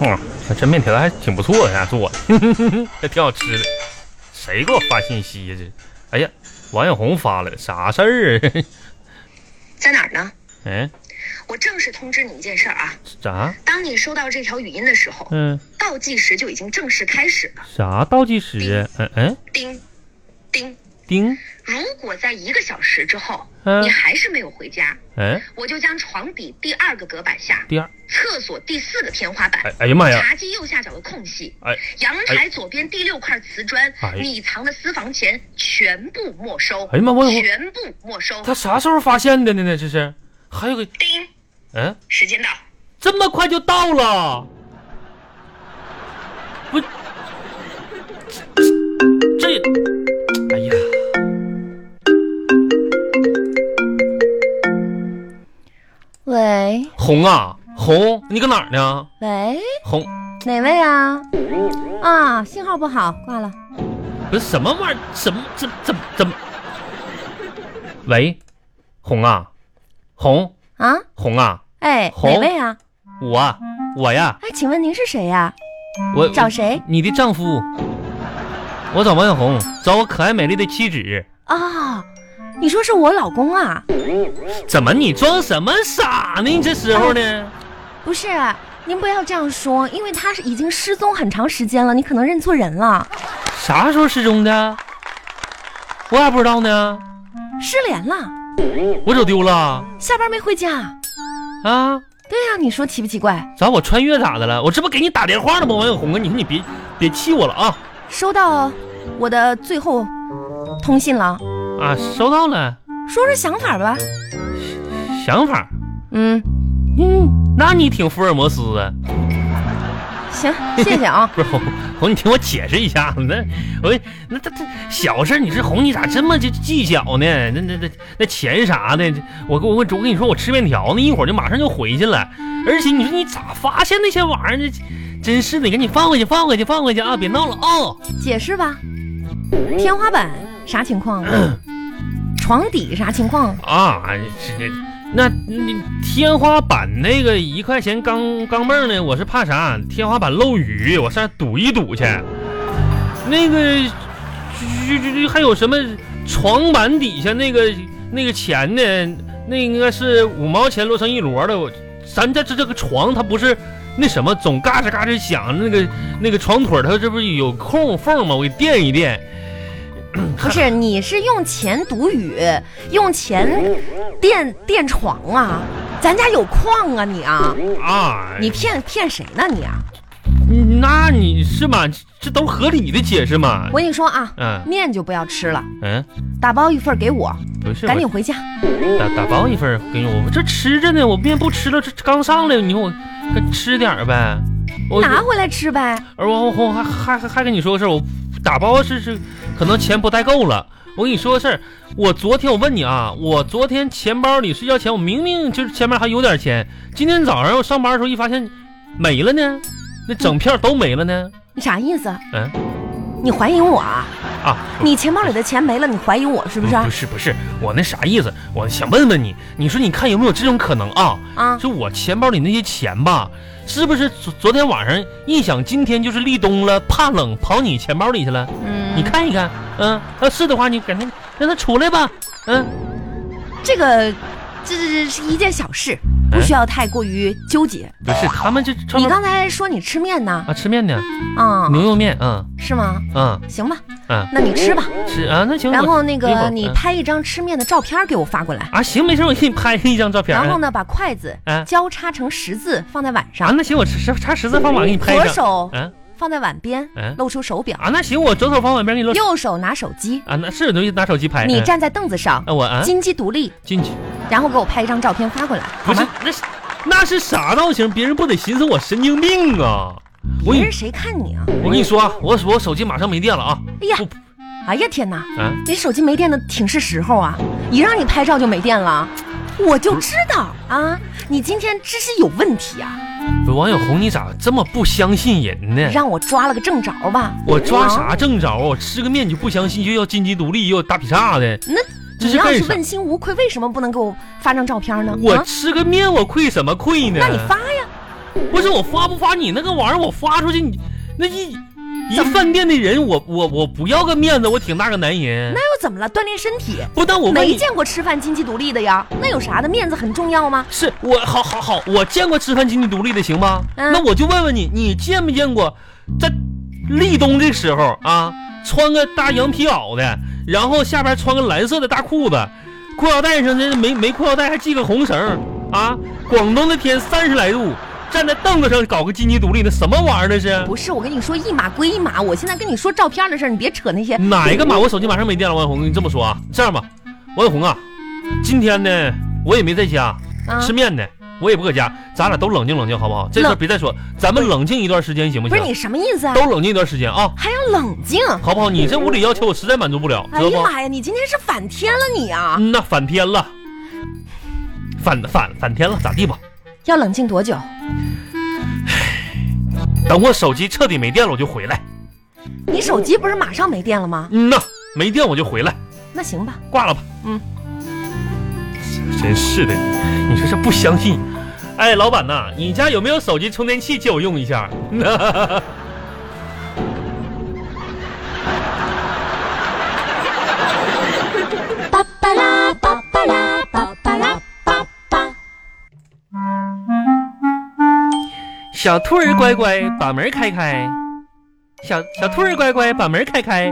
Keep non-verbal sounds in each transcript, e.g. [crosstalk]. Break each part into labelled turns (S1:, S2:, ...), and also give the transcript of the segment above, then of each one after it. S1: 嗯，这面条还挺不错的，家 [laughs] 做的，还挺好吃的。谁给我发信息呀？这，哎呀，王小红发了，啥事儿啊？ [laughs]
S2: 在哪儿呢？
S1: 嗯，
S2: 我正式通知你一件事儿啊，
S1: 啥？
S2: 当你收到这条语音的时候，
S1: 嗯，
S2: 倒计时就已经正式开始了。
S1: 啥倒计时啊？嗯嗯，
S2: 叮，叮，
S1: 叮，
S2: 如果在一个小时之后
S1: 嗯
S2: 你还是没有回家，
S1: 嗯，
S2: 我就将床底第二个隔板下、
S1: 第二，
S2: 厕所第四个天花板、
S1: 哎哎呀妈呀！
S2: 茶几右下角的空隙、
S1: 哎
S2: 阳台左边第六块瓷砖、
S1: 哎
S2: 你藏的私房钱全部没收。
S1: 哎呀妈我有
S2: 全部没收。
S1: 他啥时候发现的呢？呢，这是？还有个，
S2: 叮，
S1: 嗯，
S2: 时间到。
S1: 这么快就到了？不，这，这哎呀，
S3: 喂
S1: 红啊红，你搁哪儿呢？
S3: 喂，
S1: 红，
S3: 哪位啊？啊，信号不好，挂了。
S1: 不是什么玩意儿？什么？怎怎怎么？喂，红啊，红
S3: 啊，
S1: 红啊，
S3: 哎，
S1: 红
S3: 哪位啊？
S1: 我啊我呀，
S3: 哎，请问您是谁呀、
S1: 我
S3: 找谁？
S1: 你的丈夫，我找王小红，找我可爱美丽的妻子。
S3: 啊、你说是我老公啊？
S1: 怎么你装什么傻呢？你这时候呢？
S3: 不是，您不要这样说，因为他是已经失踪很长时间了，你可能认错人了，
S1: 啥时候失踪的？我咋不知道呢？
S3: 失联了，
S1: 我走丢了
S3: 下班没回家。
S1: 啊？
S3: 对呀、你说奇不奇怪？
S1: 咋我穿越咋的了？我这不给你打电话呢吗？王小红啊，你说你别别气我了啊
S3: 收到我的最后通信了，
S1: 啊！收到了，
S3: 说说想法吧。
S1: 想法，
S3: 嗯，
S1: 嗯，那你挺福尔摩斯啊？。
S3: 行，谢谢啊
S1: 不是红红，你听我解释一下子，那我那他他小事儿，你这红你咋这么就计较呢？那那那那钱啥的，这我跟我我我跟你说，我吃面条呢，一会儿就马上就回去了。而且你说你咋发现那些玩意儿呢？真是的，你赶紧放回去，放回去，放回去啊！别闹了啊、
S3: 解释吧，天花板啥
S1: [clears throat]
S3: 情况？床底啥情况？
S1: 啊！这那你天花板那个一块钱钢钢镚儿呢？我是怕啥？天花板漏雨，我上堵一堵去。那个，这这这还有什么床板底下那个那个钱呢？那应该是五毛钱摞成一摞的。我咱这这这个床它不是那什么，总嘎吱嘎吱响。那个那个床腿儿它这不是有空缝吗？我给垫一垫。
S3: 不是，你是用钱堵雨，
S1: [laughs]
S3: 用钱垫垫床啊？咱家有矿啊你啊？
S1: 啊，
S3: 你骗骗谁呢你啊？
S1: 嗯那你是嘛？这这都合理的解释嘛
S3: 我？跟你说啊，
S1: 嗯
S3: 面就不要吃了，
S1: 嗯，
S3: 打包一份给我，
S1: 不是，
S3: 赶紧回家。
S1: 我打打包一份儿给我。我这吃着呢，我面不吃了，这刚上来，你说我该吃点儿呗。我
S3: 拿回来吃呗。
S1: 而王红还还还还跟你说个事儿，我打包是是，可能钱不太够了。我跟你说个事儿，我昨天我问你啊，我昨天钱包里睡觉前，我明明就是前面还有点钱，今天早上我上班的时候一发现没了呢，那整票都没了呢。
S3: 你啥意思？
S1: 嗯
S3: 你怀疑我啊？
S1: 啊，
S3: 你钱包里的钱没了，你怀疑我是不是？啊
S1: 嗯不是不是，我那啥意思，我想问问你，你说你看有没有这种可能啊？
S3: 啊，
S1: 就我钱包里那些钱吧，是不是昨昨天晚上一想今天就是立冬了，怕冷跑你钱包里去了？你
S3: 嗯，
S1: 看一看，嗯，要是的话你赶紧让他出来吧，嗯，
S3: 这个这这这是一件小事，
S1: 嗯
S3: 不需要太过于纠结。
S1: 不是，他们这上
S3: 你
S1: 面
S3: 刚才说你吃面呢？
S1: 啊吃面呢，
S3: 啊，
S1: 牛肉面，嗯
S3: 是吗？
S1: 嗯
S3: 行吧，
S1: 嗯，
S3: 那你吃吧。
S1: 吃啊那行，
S3: 然
S1: 我
S3: 后那
S1: 一会
S3: 个
S1: 儿
S3: 你
S1: 嗯
S3: 拍一张吃面的照片给我发过来。
S1: 啊行没事，我给你拍一张照片，
S3: 然后呢，把筷子
S1: 嗯
S3: 交叉成十字放在碗
S1: 啊
S3: 上，
S1: 那行我查查十字方法给你拍一
S3: 左
S1: 张，
S3: 手
S1: 嗯
S3: 放在碗边
S1: 嗯，
S3: 露出手表，
S1: 啊那行我左手方碗边给你露
S3: 右手拿手机，
S1: 啊那是就拿手机拍，
S3: 你
S1: 嗯
S3: 站在凳子上，
S1: 啊我啊
S3: 金鸡独立，
S1: 进去。
S3: 然后给我拍一张照片发过来，
S1: 不
S3: 好
S1: 是
S3: 吗？，
S1: 那是那是啥造型？别人不得寻思我神经病啊！我跟
S3: 别
S1: 你
S3: 人谁看你啊？
S1: 我跟你说啊，我我手机马上没电了啊！
S3: 哎呀
S1: 不，
S3: 哎呀天哪，
S1: 啊，
S3: 你手机没电的挺是时候啊！一让你拍照就没电了，我就知道啊，你今天知识有问题啊，
S1: 不是王小红，你咋这么不相信人呢？
S3: 让我抓了个正着吧。
S1: 我抓
S3: 啊？
S1: 啥正着啊？我吃个面你就不相信，就要金鸡独立，又要大劈叉的，
S3: 那
S1: 这
S3: 你
S1: 是
S3: 要
S1: 干
S3: 是
S1: 啥？
S3: 问心无愧，为什么不能给我发张照片呢？
S1: 我
S3: 啊，
S1: 吃个面我愧什么愧呢？
S3: 那你发呀，
S1: 不是我发不发你那个玩意儿，我发出去，你那一一饭店的人，我我我不要个面子，我挺大个男人。
S3: 那又怎么了？锻炼身体，
S1: 不但我问
S3: 没
S1: 你，
S3: 见过吃饭经济独立的呀？那有啥的？面子很重要吗？
S1: 是我好好好，我见过吃饭经济独立的，行吗？
S3: 嗯
S1: 那我就问问你，你见没见过在立冬这时候啊，穿个大羊皮袄的，然后下边穿个蓝色的大裤子，裤腰带上这没没裤腰带还系个红绳儿啊？广东那天三十来度，站在凳子上搞个经济独立，那什么玩意儿那是？
S3: 不是，我跟你说一码归一码。我现在跟你说照片的事儿，你别扯那些。
S1: 哪一个码？我手机马上没电了，王小红，跟你这么说啊，这样吧，王小红啊，今天呢我也没在家，
S3: 啊
S1: 吃面呢，我也不搁家，咱俩都冷静冷静，好不好？这事儿
S3: 冷
S1: 别再说，咱们冷静一段时间行不
S3: 不
S1: 行
S3: 是？你什么意思啊？
S1: 都嗯冷静一段时间啊，
S3: 还要冷静？
S1: 好不好？你这无理要求我实在满足不了，
S3: 哎
S1: 知道
S3: 呀
S1: 不？
S3: 妈呀，你今天是反天了你啊！
S1: 嗯呐，反天了，反反反天了，咋地吧？
S3: 要冷静多久？
S1: 等我手机彻底没电了，我就回来。
S3: 你手机不是马上没电了吗？
S1: 嗯呐，没电我就回来，
S3: 那行吧，
S1: 挂了吧。
S3: 嗯，
S1: 真是的，你说这不相信。哎，老板呐，你家有没有手机充电器借我用一下？
S4: 巴巴拉巴巴拉巴巴拉巴巴。
S1: 小兔儿乖乖，
S3: 嗯
S1: 把门开开。小小兔儿乖乖，把门开开。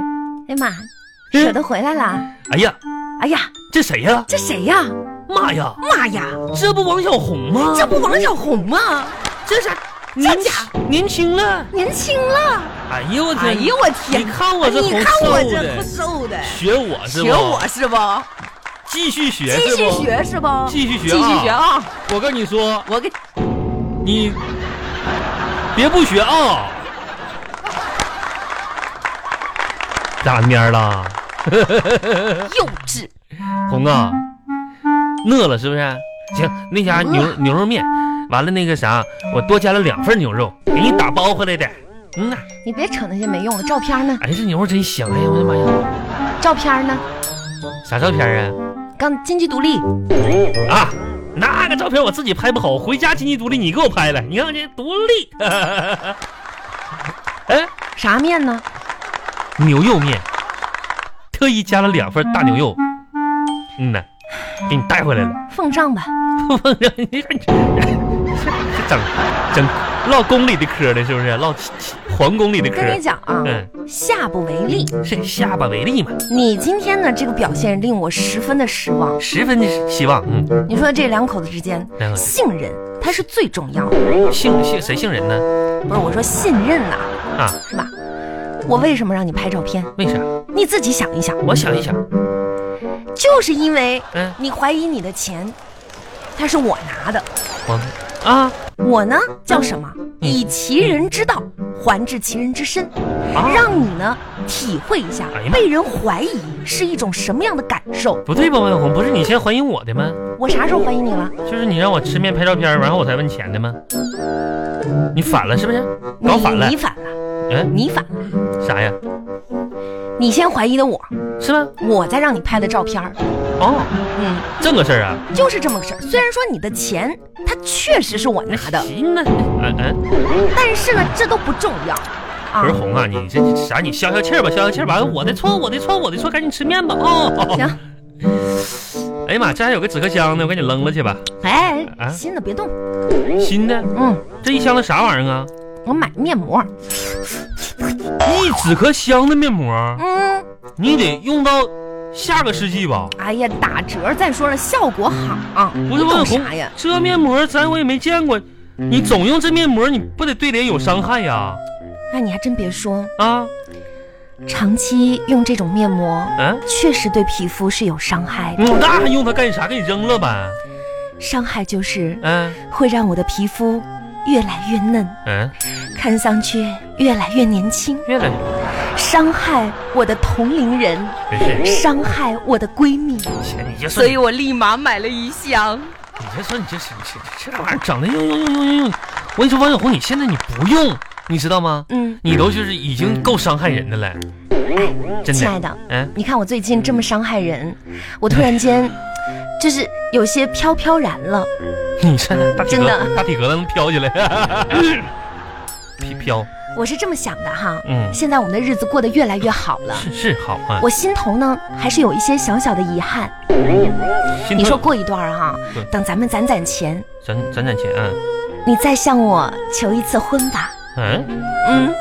S3: 哎呀妈，
S1: 嗯
S3: 舍得回来了！
S1: 哎呀，
S3: 哎呀，
S1: 这谁呀、
S3: 这谁呀？
S1: 妈呀，
S3: 妈呀，
S1: 这不王小红吗？
S3: 这不王小红啊吗？这是
S1: 年
S3: 这家
S1: 年轻了。
S3: 年轻了！
S1: 哎呦我天！
S3: 哎呦我天！
S1: 你
S3: 哎
S1: 看我这
S3: 你
S1: 红
S3: 看我
S1: 瘦
S3: 这
S1: 的，
S3: 瘦的，
S1: 学我是不？
S3: 学我是不？
S1: 继续学
S3: 继
S1: 是
S3: 续
S1: 不？
S3: 学是不？
S1: 继续学
S3: 继续学啊！
S1: 我跟你说，
S3: 我给
S1: 你别不学啊！ [laughs] 咋蔫了，
S3: 幼稚。
S1: 红啊？饿了是不是？行，那家牛
S3: 饿
S1: 牛肉面，完了那个啥，我多加了两份牛肉，给你打包回来的。嗯呐，
S3: 你别扯那些没用的，照片呢？
S1: 哎，这牛肉真香！哎呀，我的妈呀，
S3: 照片呢？
S1: 啥照片啊？
S3: 刚经济独立，
S1: 啊，那个照片我自己拍不好，回家经济独立你给我拍来，你看这独立。 [laughs] 哎，
S3: 啥面呢？
S1: 牛肉面，特意加了两份大牛肉。嗯呐，给你带回来了。
S3: 奉上吧。 [laughs]
S1: 你看你这整整唠宫里的嗑呢，是不是？唠皇宫里的
S3: 跟你
S1: 嗑。
S3: 讲啊，
S1: 嗯
S3: 下不为例。
S1: 是下巴为例嘛，
S3: 你今天呢这个表现令我十分的失望。
S1: 十分的希望。嗯，
S3: 你说这两口子之间
S1: 两，口子
S3: 信任它是最重要的。
S1: 姓姓谁姓人呢？
S3: 不是我说信任呐、
S1: 啊，
S3: 是吧？我为什么让你拍照片？
S1: 为啥？
S3: 你自己想一想，
S1: 我想一想，
S3: 就是因为
S1: 嗯
S3: 你怀疑你的钱，它是我拿的。
S1: 我啊
S3: 我呢叫什么？
S1: 嗯
S3: 以其人之道还治其人之身，
S1: 啊，
S3: 让你呢体会一下
S1: 哎呀妈
S3: 被人怀疑是一种什么样的感受。
S1: 不对吧，王小红？不是你先怀疑我的吗？
S3: 我啥时候怀疑你了？
S1: 就是你让我吃面拍照片儿，然后我才问钱的吗？你反了是不是？搞反了
S3: 你你？反了，
S1: 嗯，
S3: 你反了，
S1: 啥呀？
S3: 你先怀疑的我，
S1: 是吗？
S3: 我再让你拍的照片儿，
S1: 哦，
S3: 嗯，
S1: 这个事儿啊，
S3: 就是这么个事儿。虽然说你的钱它确实是我
S1: 那
S3: 拿的，
S1: 行那嗯嗯，
S3: 但是呢，这都不重要啊嗯
S1: 不是。红啊，你这这啥？你消消气儿吧，消消气儿吧。哎完了我的错，我的错，我的错，赶紧吃面吧。哦，
S3: 行，
S1: [laughs] 哎呀妈，这还有个纸壳箱呢，我给你扔了去吧。
S3: 哎，
S1: 啊
S3: 新的别动，
S1: 新的，
S3: 嗯，
S1: 这一箱子啥玩意儿啊？
S3: 我买面膜，
S1: 一纸壳箱的面膜，
S3: 嗯，
S1: 你得用到下个世纪吧？
S3: 哎呀，打折。再说了，效果好啊，
S1: 不是
S3: 你
S1: 王小
S3: 懂
S1: 红
S3: 啥呀？，
S1: 这面膜咱我也没见过，你总用这面膜，你不得对脸有伤害呀？
S3: 哎，你还真别说，
S1: 啊，
S3: 长期用这种面膜。
S1: 嗯、
S3: 确实对皮肤是有伤害，
S1: 嗯，那还用它干啥？给你扔了呗。
S3: 伤害就是
S1: 嗯、
S3: 会让我的皮肤越来越嫩，
S1: 嗯、
S3: 看上去越来越年轻，
S1: 越来
S3: 伤害我的同龄人，
S1: 越没事。
S3: 伤害我的闺蜜，
S1: 你就说
S3: 所
S1: 你，
S3: 以我立马买了一箱。
S1: 你就说你这是你这这这玩意儿整的用用用用用。我跟你说，王小红，你现在你不用，你知道吗？
S3: 嗯，
S1: 你都就是已经够伤害人的了，真
S3: 亲爱
S1: 的。
S3: 的，
S1: 嗯、
S3: 你看我最近这么伤害人，我突然间 [laughs] 就是有些飘飘然了。
S1: 你这大体
S3: 真
S1: 格
S3: 的
S1: 大体格子能飘
S3: [laughs]
S1: 起来，飘飘
S3: 我是这么想的哈，
S1: 嗯
S3: 现在我们的日子过得越来越好了。
S1: 是是好啊。
S3: 我心头呢，还是有一些小小的遗憾。
S1: 心
S3: 你
S1: 疼
S3: 说过一段儿哈
S1: 哎对，
S3: 等咱们攒攒钱，
S1: 攒攒攒钱啊，
S3: 你再向我求一次婚吧。
S1: 嗯，
S3: 嗯，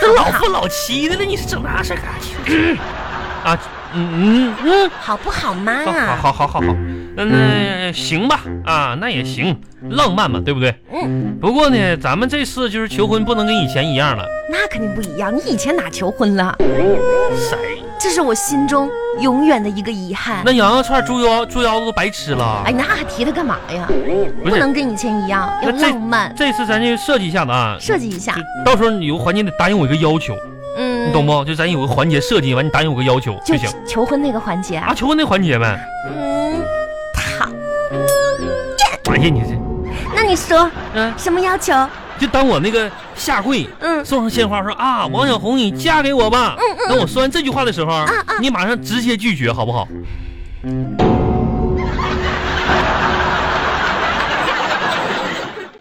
S1: 这老夫老妻的了，你是整那事儿干去？
S3: [laughs]
S1: 啊，嗯嗯嗯。
S3: 好不好嘛？
S1: 好好好好好，那那行吧，啊，那也行，浪漫嘛，对不对？
S3: 嗯，
S1: 不过呢，咱们这次就是求婚不能跟以前一样了，
S3: 那肯定不一样。你以前哪求婚了？哎
S1: 谁？
S3: 这是我心中永远的一个遗憾
S1: 那。羊肉串、猪腰、猪腰子都白吃了。
S3: 哎，那还提它干嘛呀？
S1: 不
S3: 不
S1: 是，
S3: 能跟以前一样，要
S1: 那这
S3: 浪漫，
S1: 这次咱就设计一下子啊，
S3: 设计一下
S1: 就。到时候你有个环节得答应我一个要求，
S3: 嗯，
S1: 你懂不？就咱有个环节设计完，你答应我个要求就
S3: 就
S1: 行。
S3: 求婚那个环节啊
S1: 啊，。求婚那环节呗。
S3: 嗯，好，
S1: 哎呀，你这，
S3: 那你说
S1: 嗯，
S3: 什么要求？
S1: 就当我那个下跪
S3: 嗯，
S1: 送上鲜花说啊，王小红，你嫁给我吧。
S3: 嗯嗯啊
S1: 当我说完这句话的时候，你马上直接拒绝，好不好？